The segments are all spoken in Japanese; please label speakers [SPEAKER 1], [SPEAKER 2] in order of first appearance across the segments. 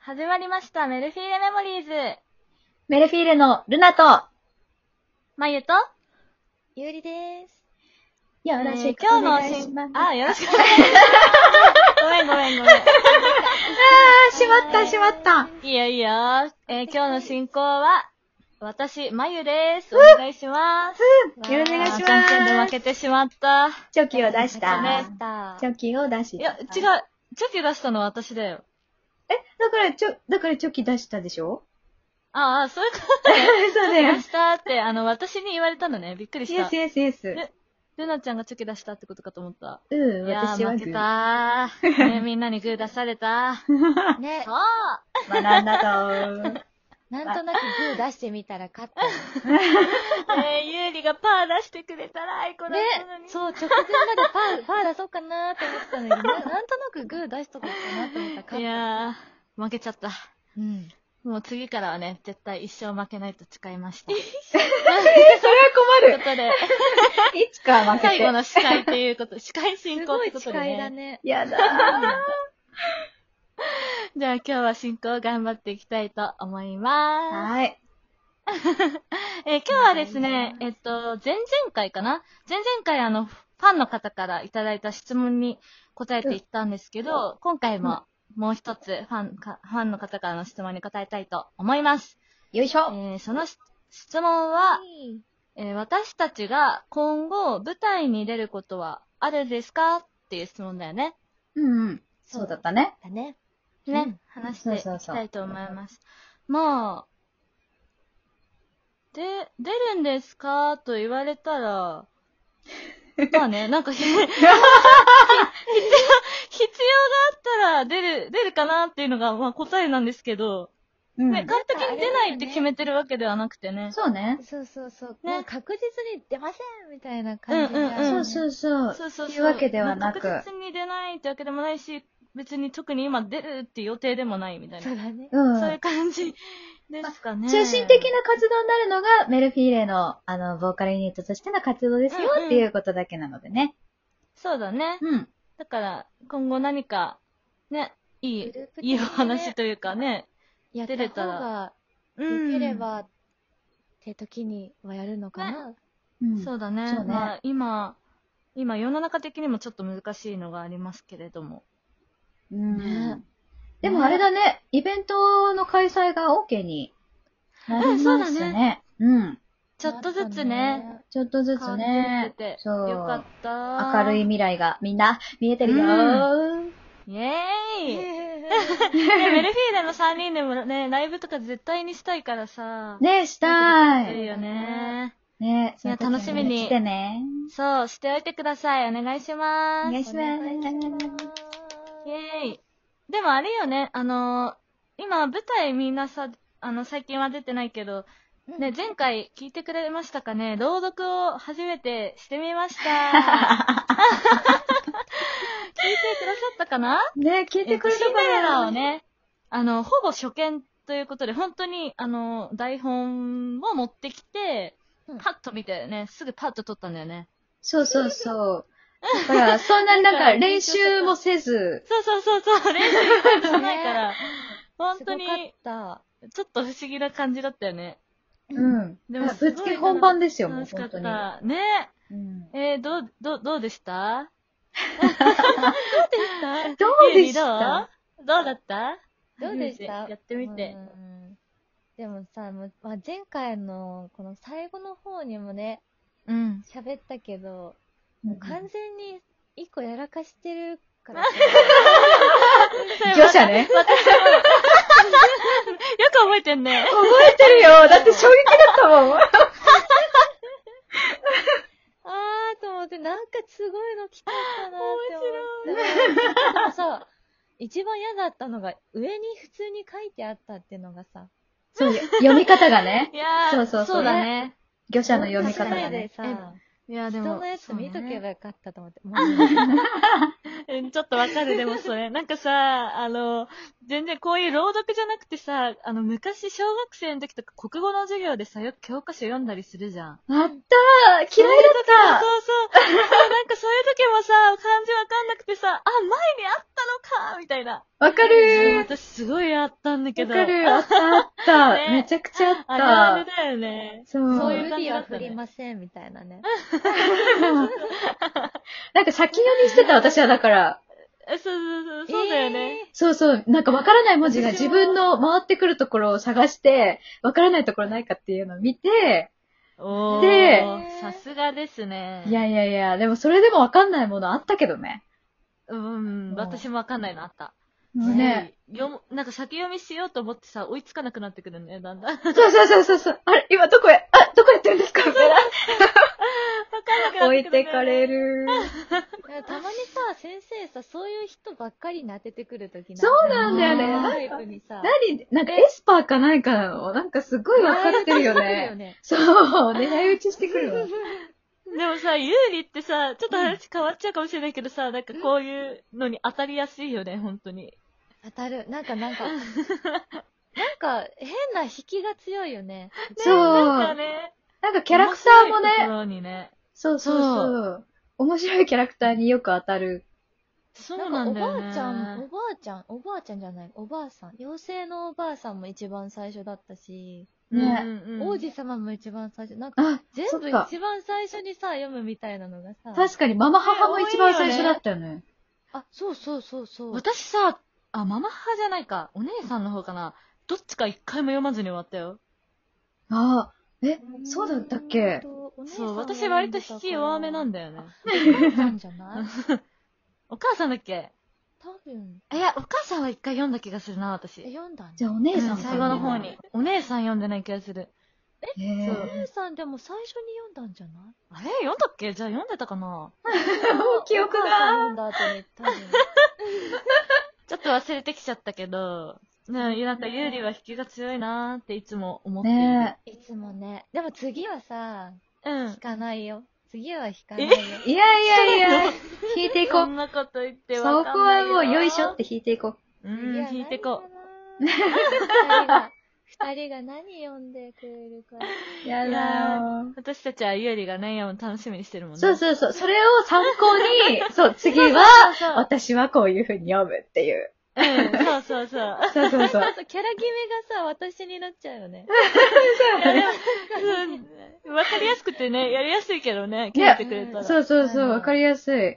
[SPEAKER 1] 始まりました、メルフィーレメモリーズ。
[SPEAKER 2] メルフィーレのルナと、
[SPEAKER 1] まゆと、
[SPEAKER 3] ゆうりです。
[SPEAKER 2] よ
[SPEAKER 1] え
[SPEAKER 2] ろ
[SPEAKER 1] ー
[SPEAKER 2] しく
[SPEAKER 1] 今
[SPEAKER 2] お
[SPEAKER 1] 日の
[SPEAKER 2] 願いします。
[SPEAKER 1] あ、よろしくお願いしま す。ごめんごめんごめん。
[SPEAKER 2] あー、しまった、しまった。
[SPEAKER 1] いいよいいよ。えー今日の進行は、私、まゆです。お願いします。
[SPEAKER 2] よろしくお願いし
[SPEAKER 1] あーじゃんけんで
[SPEAKER 2] ま
[SPEAKER 1] 負
[SPEAKER 2] す。
[SPEAKER 1] けてしまった。
[SPEAKER 2] チョキを出し
[SPEAKER 1] ね
[SPEAKER 2] た。
[SPEAKER 3] た
[SPEAKER 2] チョキを出し
[SPEAKER 1] い
[SPEAKER 2] た。
[SPEAKER 1] や、違う。チ
[SPEAKER 2] だ
[SPEAKER 1] ョキ出したのは私だよ。
[SPEAKER 2] から、ちょ、だからチョキ出したでしょ
[SPEAKER 1] ああ、 そういうこ
[SPEAKER 2] そうだ
[SPEAKER 1] と
[SPEAKER 2] よ
[SPEAKER 1] 出。したって、あの、私に言われたのね。びっくり
[SPEAKER 2] イ
[SPEAKER 1] し
[SPEAKER 2] エ
[SPEAKER 1] た
[SPEAKER 2] ス。イエスイエス。
[SPEAKER 1] ねルナちゃんがチョキ出したってことかと思った。
[SPEAKER 2] うん、
[SPEAKER 1] いや
[SPEAKER 2] 私
[SPEAKER 1] ー、
[SPEAKER 2] は
[SPEAKER 1] 負
[SPEAKER 2] グ
[SPEAKER 1] け
[SPEAKER 2] ー。
[SPEAKER 1] た ー。ね、みんなにグー出された。
[SPEAKER 3] ね
[SPEAKER 1] そう、
[SPEAKER 2] 学んだと。
[SPEAKER 3] なんとなくグー出してみたら勝ったの。
[SPEAKER 1] えー、ゆうりがパー出してくれたらアイコだったのに。
[SPEAKER 3] そう、直前までパー、パー出そうかなーと思って たのに、ななんとなくグー出しとこうかなと思ったら勝
[SPEAKER 1] い
[SPEAKER 3] っ
[SPEAKER 1] やー、負けちゃった。
[SPEAKER 3] た。 うん。
[SPEAKER 1] もう次からはね、絶対一生負けないと誓いま した。とい
[SPEAKER 2] え、それは
[SPEAKER 1] うことで、
[SPEAKER 2] 困る。いつか負け
[SPEAKER 1] 最後
[SPEAKER 2] て。
[SPEAKER 1] の司会っていうこと、司会進
[SPEAKER 3] す
[SPEAKER 1] 行っ
[SPEAKER 3] ご
[SPEAKER 1] て
[SPEAKER 3] い
[SPEAKER 1] こと
[SPEAKER 3] 誓
[SPEAKER 1] で
[SPEAKER 3] い
[SPEAKER 1] ね。
[SPEAKER 3] だね。
[SPEAKER 2] やだー。
[SPEAKER 1] じゃあ今日は進行頑張っていきたいと思いま
[SPEAKER 2] はい。
[SPEAKER 1] す。えー今日はですね、えっと、前々回かな前々回あの、ファンの方からいただいた質問に答えていったんですけど、今回ももう一つファンか、ファンの方からの質問に答えたいと思います。
[SPEAKER 2] よいし
[SPEAKER 1] え
[SPEAKER 2] ょ。
[SPEAKER 1] ーそのし質問は、えー私たちが今後舞台に出ることはあるんですかっていう質問だよね。
[SPEAKER 2] うんうん。そうだったね。
[SPEAKER 3] だね。
[SPEAKER 1] ね、
[SPEAKER 3] うん
[SPEAKER 1] 話してい
[SPEAKER 2] そうそう
[SPEAKER 1] き
[SPEAKER 2] そう
[SPEAKER 1] たいと思います。まあ、で、出るんですかと言われた ら、まあね、なんかひ必要、必要があったら出る、出るかなっていうのが、まあ答えなんですけど、
[SPEAKER 2] うん。
[SPEAKER 1] ね、完璧に出ないって決めてるわけではなくてね。
[SPEAKER 2] そうね。
[SPEAKER 3] そうそうそう。
[SPEAKER 1] ね
[SPEAKER 3] もう確実に出ませんみたいな感じが、
[SPEAKER 1] うんうんうん
[SPEAKER 2] そう
[SPEAKER 3] う。
[SPEAKER 2] そうそう。
[SPEAKER 1] そうそうそう。
[SPEAKER 2] いうわけではなく
[SPEAKER 1] 確実に出ないってわけでもないし、別に特に今出るって予定でもないみたいな。
[SPEAKER 3] そうだね。
[SPEAKER 2] うん。
[SPEAKER 1] そういう感じですかね。
[SPEAKER 2] 中心的な活動になるのが、メルフィーレの、あの、ボーカルユニットとしての活動ですよ
[SPEAKER 1] うんうん
[SPEAKER 2] っていうことだけなのでね。
[SPEAKER 1] そうだね。
[SPEAKER 2] うん。
[SPEAKER 1] だから、今後何か、ね、いい、
[SPEAKER 3] グループ的にね
[SPEAKER 1] いいお話というかね。
[SPEAKER 3] やっ
[SPEAKER 1] 出れ
[SPEAKER 3] た
[SPEAKER 1] た
[SPEAKER 3] 方
[SPEAKER 1] ら
[SPEAKER 3] が、
[SPEAKER 1] うん
[SPEAKER 3] 良ければ、って時にはやるのかな。
[SPEAKER 2] うん
[SPEAKER 1] そうだね。
[SPEAKER 2] そうね
[SPEAKER 1] まあ、今、今世の中的にもちょっと難しいのがありますけれども。
[SPEAKER 2] うん
[SPEAKER 3] ね
[SPEAKER 2] でもあれだね、イベントの開催が OK になりました
[SPEAKER 1] うんそうだ
[SPEAKER 2] ね。うん。
[SPEAKER 1] ちょっとずつね、。
[SPEAKER 2] ちょっとずつ
[SPEAKER 1] 感じ
[SPEAKER 2] ね
[SPEAKER 1] て、て、
[SPEAKER 2] そう
[SPEAKER 1] よかった。
[SPEAKER 2] 明るい。未来がみんな見えてるよー。
[SPEAKER 1] イエーイ、
[SPEAKER 3] ね
[SPEAKER 1] ねメルフィーレの3人でもね、ライブとか絶対にしたいからさ。
[SPEAKER 2] ね、した
[SPEAKER 1] いい
[SPEAKER 2] い。
[SPEAKER 1] よね。
[SPEAKER 2] ね、
[SPEAKER 1] いや
[SPEAKER 2] その時
[SPEAKER 1] 楽しみに
[SPEAKER 2] 来てね。
[SPEAKER 1] そう、しておいてください。お願いしま
[SPEAKER 2] お願
[SPEAKER 1] す。
[SPEAKER 2] いしま
[SPEAKER 1] イ
[SPEAKER 2] す。
[SPEAKER 1] ェーイ。でもあれよね、あのー今舞台みんなさ、あの、最近は出てないけど、ね、前回聞いてくれましたかね、朗読を初めてしてみました。 聞いてくださったかな
[SPEAKER 2] ね、聞いてくれ
[SPEAKER 1] えっとシ
[SPEAKER 2] た
[SPEAKER 1] ン
[SPEAKER 2] か
[SPEAKER 1] デレラ
[SPEAKER 2] ら
[SPEAKER 1] をね、あの、ほぼ初見ということで、本当に、あの、台本を持ってきて
[SPEAKER 3] うん、
[SPEAKER 1] パッと見てね、すぐパッと撮ったんだよね。
[SPEAKER 2] そうそうそう。だから、そんなになんか練習もせず、
[SPEAKER 1] そうそうそうそう、練習一回もしてない から、本当
[SPEAKER 3] すごか
[SPEAKER 1] に
[SPEAKER 3] っ、た。
[SPEAKER 1] ちょっと不思議な感じだったよね。
[SPEAKER 2] うん。
[SPEAKER 1] でも
[SPEAKER 2] ぶっつけ本番ですよ、もう
[SPEAKER 1] 楽しか
[SPEAKER 2] 本
[SPEAKER 1] っ
[SPEAKER 2] 当に。
[SPEAKER 1] た。ね
[SPEAKER 2] うん
[SPEAKER 1] えー、どう、どう、どうでした
[SPEAKER 2] どう
[SPEAKER 1] ゆ
[SPEAKER 2] で
[SPEAKER 1] り
[SPEAKER 2] した
[SPEAKER 1] どうどうだった
[SPEAKER 3] どうでし
[SPEAKER 1] 初め
[SPEAKER 3] た
[SPEAKER 1] てやってみて。
[SPEAKER 3] うんでもさ、もうまあ、前回のこの最後の方にもね、
[SPEAKER 1] うん。
[SPEAKER 3] 喋ったけど、
[SPEAKER 2] うん
[SPEAKER 3] 完全に一個やらかしてるから、
[SPEAKER 2] 業 者ね。
[SPEAKER 1] よく覚えてんね。
[SPEAKER 2] 覚えてるよだって衝撃だったもん。
[SPEAKER 3] あーと思って、なんかすごいの来たかなって思って。でもさ、一番嫌だったのが、上に普通に書いてあったっていうのがさ、
[SPEAKER 2] そう、読み方がね
[SPEAKER 1] い。やー、
[SPEAKER 2] そうそうそう
[SPEAKER 1] だね。
[SPEAKER 2] 魚者の読み方
[SPEAKER 3] 書かな
[SPEAKER 2] が
[SPEAKER 3] いで
[SPEAKER 2] ね。
[SPEAKER 3] さ、
[SPEAKER 1] いやー、で
[SPEAKER 3] 人
[SPEAKER 1] も。
[SPEAKER 3] のやつ見とけばよかったと思って。もう
[SPEAKER 1] うん、ちょっとわかる、でも それ。なんかさ、あの、全然こういう朗読じゃなくてさ、あの、昔小学生の時とか国語の授業でさ、よく教科書読んだりするじゃん。
[SPEAKER 2] あったー嫌
[SPEAKER 1] そ
[SPEAKER 2] いだ
[SPEAKER 1] うそう。そうなんかそういう時もさ、漢字わかんななくてさ、あ、前にあったのかみたいな。
[SPEAKER 2] わか
[SPEAKER 1] うん
[SPEAKER 2] る
[SPEAKER 1] 私すごいあったんだけ
[SPEAKER 2] わ
[SPEAKER 1] ど。
[SPEAKER 2] かるあったあった、
[SPEAKER 1] ね
[SPEAKER 2] めちゃくちゃ
[SPEAKER 1] あれあ
[SPEAKER 2] あ
[SPEAKER 1] れ
[SPEAKER 2] った。
[SPEAKER 1] だよね。
[SPEAKER 2] そう。
[SPEAKER 3] そう
[SPEAKER 1] い
[SPEAKER 3] いうう
[SPEAKER 1] 感じ
[SPEAKER 3] 時
[SPEAKER 1] だ
[SPEAKER 3] は
[SPEAKER 1] ったね
[SPEAKER 3] 振りません、みたいなね。
[SPEAKER 2] なんか先読みしてた私はだから、
[SPEAKER 1] えそうそうそう、そうだよね。
[SPEAKER 2] そうそう、なんかわからない文字が
[SPEAKER 1] 私
[SPEAKER 2] 自
[SPEAKER 1] も
[SPEAKER 2] 分の回ってくるところを探して、わからないところないかっていうのを見て、
[SPEAKER 1] おー
[SPEAKER 2] で
[SPEAKER 1] さすがですね。
[SPEAKER 2] いやいやいや、でもそれでもわかんないものあったけどね。
[SPEAKER 1] うん、私もわかんないのあった。
[SPEAKER 2] もうね。
[SPEAKER 1] 読む、なんか先読みしようと思ってさ、追いつかなくなってくるね、だん だん。わか
[SPEAKER 2] そうそうそうそうそう。あれ今どこへ、あ、どこやってるんですかみたいな。
[SPEAKER 1] んなくな
[SPEAKER 2] 置
[SPEAKER 1] ってくる、ね。
[SPEAKER 2] いてかれる。
[SPEAKER 3] いやたまにさ、先生さ、そういう人ばっかりに当ててくるとき
[SPEAKER 2] そうなん
[SPEAKER 1] だよね
[SPEAKER 3] タイプにさ、
[SPEAKER 2] 何なんかエスパーかなんかなのなんかすごいわかってるよ
[SPEAKER 3] そうだよ
[SPEAKER 2] ね。
[SPEAKER 3] ね。
[SPEAKER 2] そう、狙い撃ちしてくるわ。
[SPEAKER 1] でもさ、有利ってさ、ちょっと話変わっちゃうかもしれないけどさ、なんかこういうのに当たりやすいよね、本当に。
[SPEAKER 3] 当たる。なんか、なんか、なんか、変な引きが強いよね。
[SPEAKER 2] そう。
[SPEAKER 1] なん
[SPEAKER 2] な
[SPEAKER 1] か
[SPEAKER 2] ん
[SPEAKER 1] ね、
[SPEAKER 2] かキャラクターも
[SPEAKER 1] 面白いと
[SPEAKER 2] ね、
[SPEAKER 1] ころにね。
[SPEAKER 2] そうそうそう。面白いキャラクターによく当たる。
[SPEAKER 1] そうなんだよ、ね。
[SPEAKER 3] おばあちゃん、おばあちゃん、おばあちゃんじゃない、おばあさん。妖精のおばあさんも一番最初だったし、
[SPEAKER 2] ね
[SPEAKER 1] うんうん
[SPEAKER 3] 王子様も一番最初、なんか
[SPEAKER 2] あ、
[SPEAKER 3] 全
[SPEAKER 2] そっ
[SPEAKER 3] 部
[SPEAKER 2] か
[SPEAKER 3] 一番最初にさ、読むみたいなのがさ、
[SPEAKER 2] 確かにママ母も一番最初だったよね。
[SPEAKER 3] あ、そうそうそうそう。
[SPEAKER 1] 私さ、あ、ママ派じゃないか。お姉さんの方かな。どっちか一回も読まずに終わったよ。
[SPEAKER 2] ああ、え、そうだったっけ
[SPEAKER 1] そう、私割と引き弱めなんだよね。
[SPEAKER 3] なんじゃ ない
[SPEAKER 1] お母さんだっけ
[SPEAKER 3] 多分。
[SPEAKER 1] いや、お母さんは一回読んだ気がするな、
[SPEAKER 3] え、
[SPEAKER 1] 私。
[SPEAKER 3] 読んだん
[SPEAKER 2] じ
[SPEAKER 3] じゃ
[SPEAKER 2] ゃあお姉
[SPEAKER 1] う
[SPEAKER 2] さん
[SPEAKER 1] ん
[SPEAKER 2] か
[SPEAKER 1] 最後の方に。お姉さん読んでない気がする。
[SPEAKER 2] へ
[SPEAKER 3] ん。
[SPEAKER 2] え
[SPEAKER 3] そう。 姉さんでも最初に読んだんじゃない
[SPEAKER 1] あれ読んだっけじゃあ読んでたかな
[SPEAKER 2] 記憶
[SPEAKER 3] お母さん読んだ後に、多分。
[SPEAKER 1] ちょっと忘れてきちゃったけど、ね、なんか有利は引きが強いなーっていつも思っている。
[SPEAKER 2] ね
[SPEAKER 3] いつもね。でも次はさ、
[SPEAKER 1] うん
[SPEAKER 3] 引。かないよ。次は引かないよ。
[SPEAKER 2] え。いやいやいや、引いていこ
[SPEAKER 1] そ
[SPEAKER 2] う
[SPEAKER 1] 。
[SPEAKER 2] ん
[SPEAKER 1] なこと言って
[SPEAKER 2] そ
[SPEAKER 1] わ
[SPEAKER 2] こ
[SPEAKER 1] かんない
[SPEAKER 2] は
[SPEAKER 1] よ。
[SPEAKER 2] もうよいしょっ。て引いていこ
[SPEAKER 1] う
[SPEAKER 2] う。
[SPEAKER 1] ん、引いてこう。
[SPEAKER 3] う。二人が二人が何読んでくれるか。
[SPEAKER 2] や
[SPEAKER 1] だ
[SPEAKER 2] ー。
[SPEAKER 1] 私たちは有利がね、読む楽しみにしてるもんね。
[SPEAKER 2] そうそうそう。それを参考に、そう、次は、
[SPEAKER 1] そう。
[SPEAKER 2] 私はこういう風に読むっていう。
[SPEAKER 1] うん、そうそう そう。
[SPEAKER 2] そうそうそう。
[SPEAKER 3] そう、キャラ決めがさ、私になっちゃうよね。
[SPEAKER 1] うんわかりやすくてね、やりやすいけどね、聞いてくれたら。
[SPEAKER 2] そうそうそう。
[SPEAKER 3] あの
[SPEAKER 2] わかりやすい。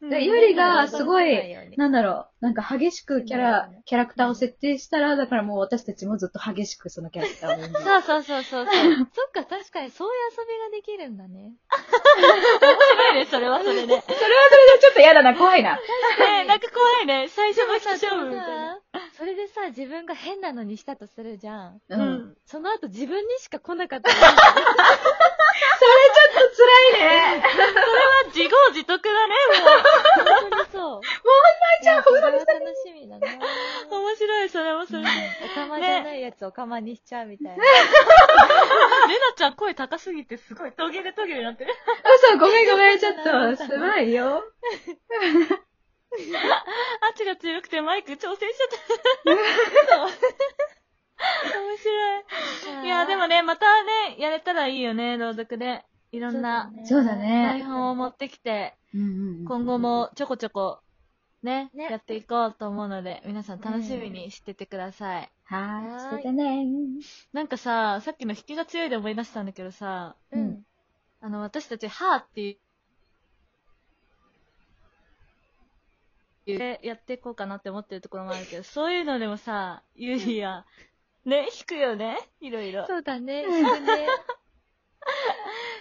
[SPEAKER 1] うん
[SPEAKER 2] でゆりがすごい
[SPEAKER 3] な
[SPEAKER 2] なんだろう。なんか激しくキャラ
[SPEAKER 3] そうね、
[SPEAKER 2] キャラクターを設定したら、だからもう私たちもずっと激しくそのキャラクターを読んでる。
[SPEAKER 1] そうそうそうそう。面
[SPEAKER 3] そっか、確かにそういう遊びができるんだね。
[SPEAKER 1] 白いね、それはそれで。ね
[SPEAKER 2] それはそれでちょっと嫌だな、怖いな。
[SPEAKER 1] えなんか怖いね。最初の引き勝負みたいな。
[SPEAKER 3] さそれでさ、自分が変なのにしたとするじゃん。
[SPEAKER 2] う
[SPEAKER 1] う
[SPEAKER 2] ん。ちょっ
[SPEAKER 1] ん
[SPEAKER 3] その後自分にしか来なかったら。
[SPEAKER 2] と 辛いね。
[SPEAKER 1] 自業自得だね、
[SPEAKER 3] 本当にそう。 もう
[SPEAKER 2] いちゃん
[SPEAKER 3] それは楽しみだな。
[SPEAKER 1] もう。面白い、それはそれで。ル
[SPEAKER 3] おかまじゃないやつおかまにしちゃうみたいな。
[SPEAKER 1] ナちゃん声高すぎて、すごい途切れ途切れになってる。
[SPEAKER 2] 嘘、ごめんごめん、ちょっと、 すごいよ。
[SPEAKER 1] 圧が強くてマイク調整しちゃった。面白い。 いや、でもね、またね、やれたらいいよね、朗読で。いろんな
[SPEAKER 2] そうだ
[SPEAKER 1] 台
[SPEAKER 2] ね。
[SPEAKER 1] 本を持ってきて、
[SPEAKER 2] うんうんうん
[SPEAKER 1] 今後。もちょこちょこ、ね、
[SPEAKER 3] ね
[SPEAKER 1] やっていこうと思うので、皆さん楽しみにしててください。
[SPEAKER 2] はーい、しててね
[SPEAKER 1] なんかさ、さっきの引きが強いで思い出したんだけどさ、
[SPEAKER 3] う
[SPEAKER 2] うん
[SPEAKER 3] ん。
[SPEAKER 1] あの、私たち、はーっていう、でやっていこうかなって思ってるところもあるけど、そういうのでもさ、ユーリは、ね、引くよね、いろいろ。
[SPEAKER 3] そうだね。引くね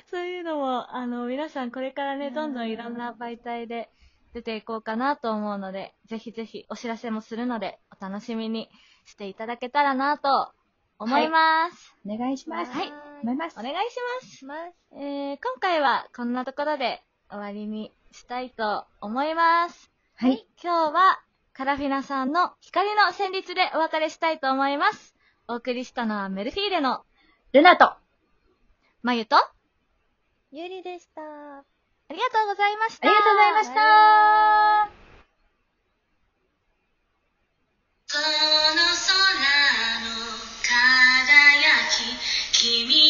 [SPEAKER 1] そういうのも、あの、皆さんこれからね、どんどんいろんな媒体で出ていこうかなと思うので、ぜひぜひお知らせもするので、お楽しみにしていただけたらなと思います。
[SPEAKER 2] お願いします。
[SPEAKER 1] はい
[SPEAKER 2] 思います。
[SPEAKER 1] お願いします。
[SPEAKER 3] ます。
[SPEAKER 1] えー、今回はこんなところで終わりにしたいと思います。
[SPEAKER 2] はい。
[SPEAKER 1] 今日は、カラフィナさんの光の旋律でお別れしたいと思います。お送りしたのはメルフィーレの
[SPEAKER 2] ルナと、
[SPEAKER 1] まゆと、あ
[SPEAKER 3] ゆりでした。
[SPEAKER 1] りがとうございまし
[SPEAKER 2] あ
[SPEAKER 1] た。
[SPEAKER 2] りがとうございました。
[SPEAKER 4] この空の輝き君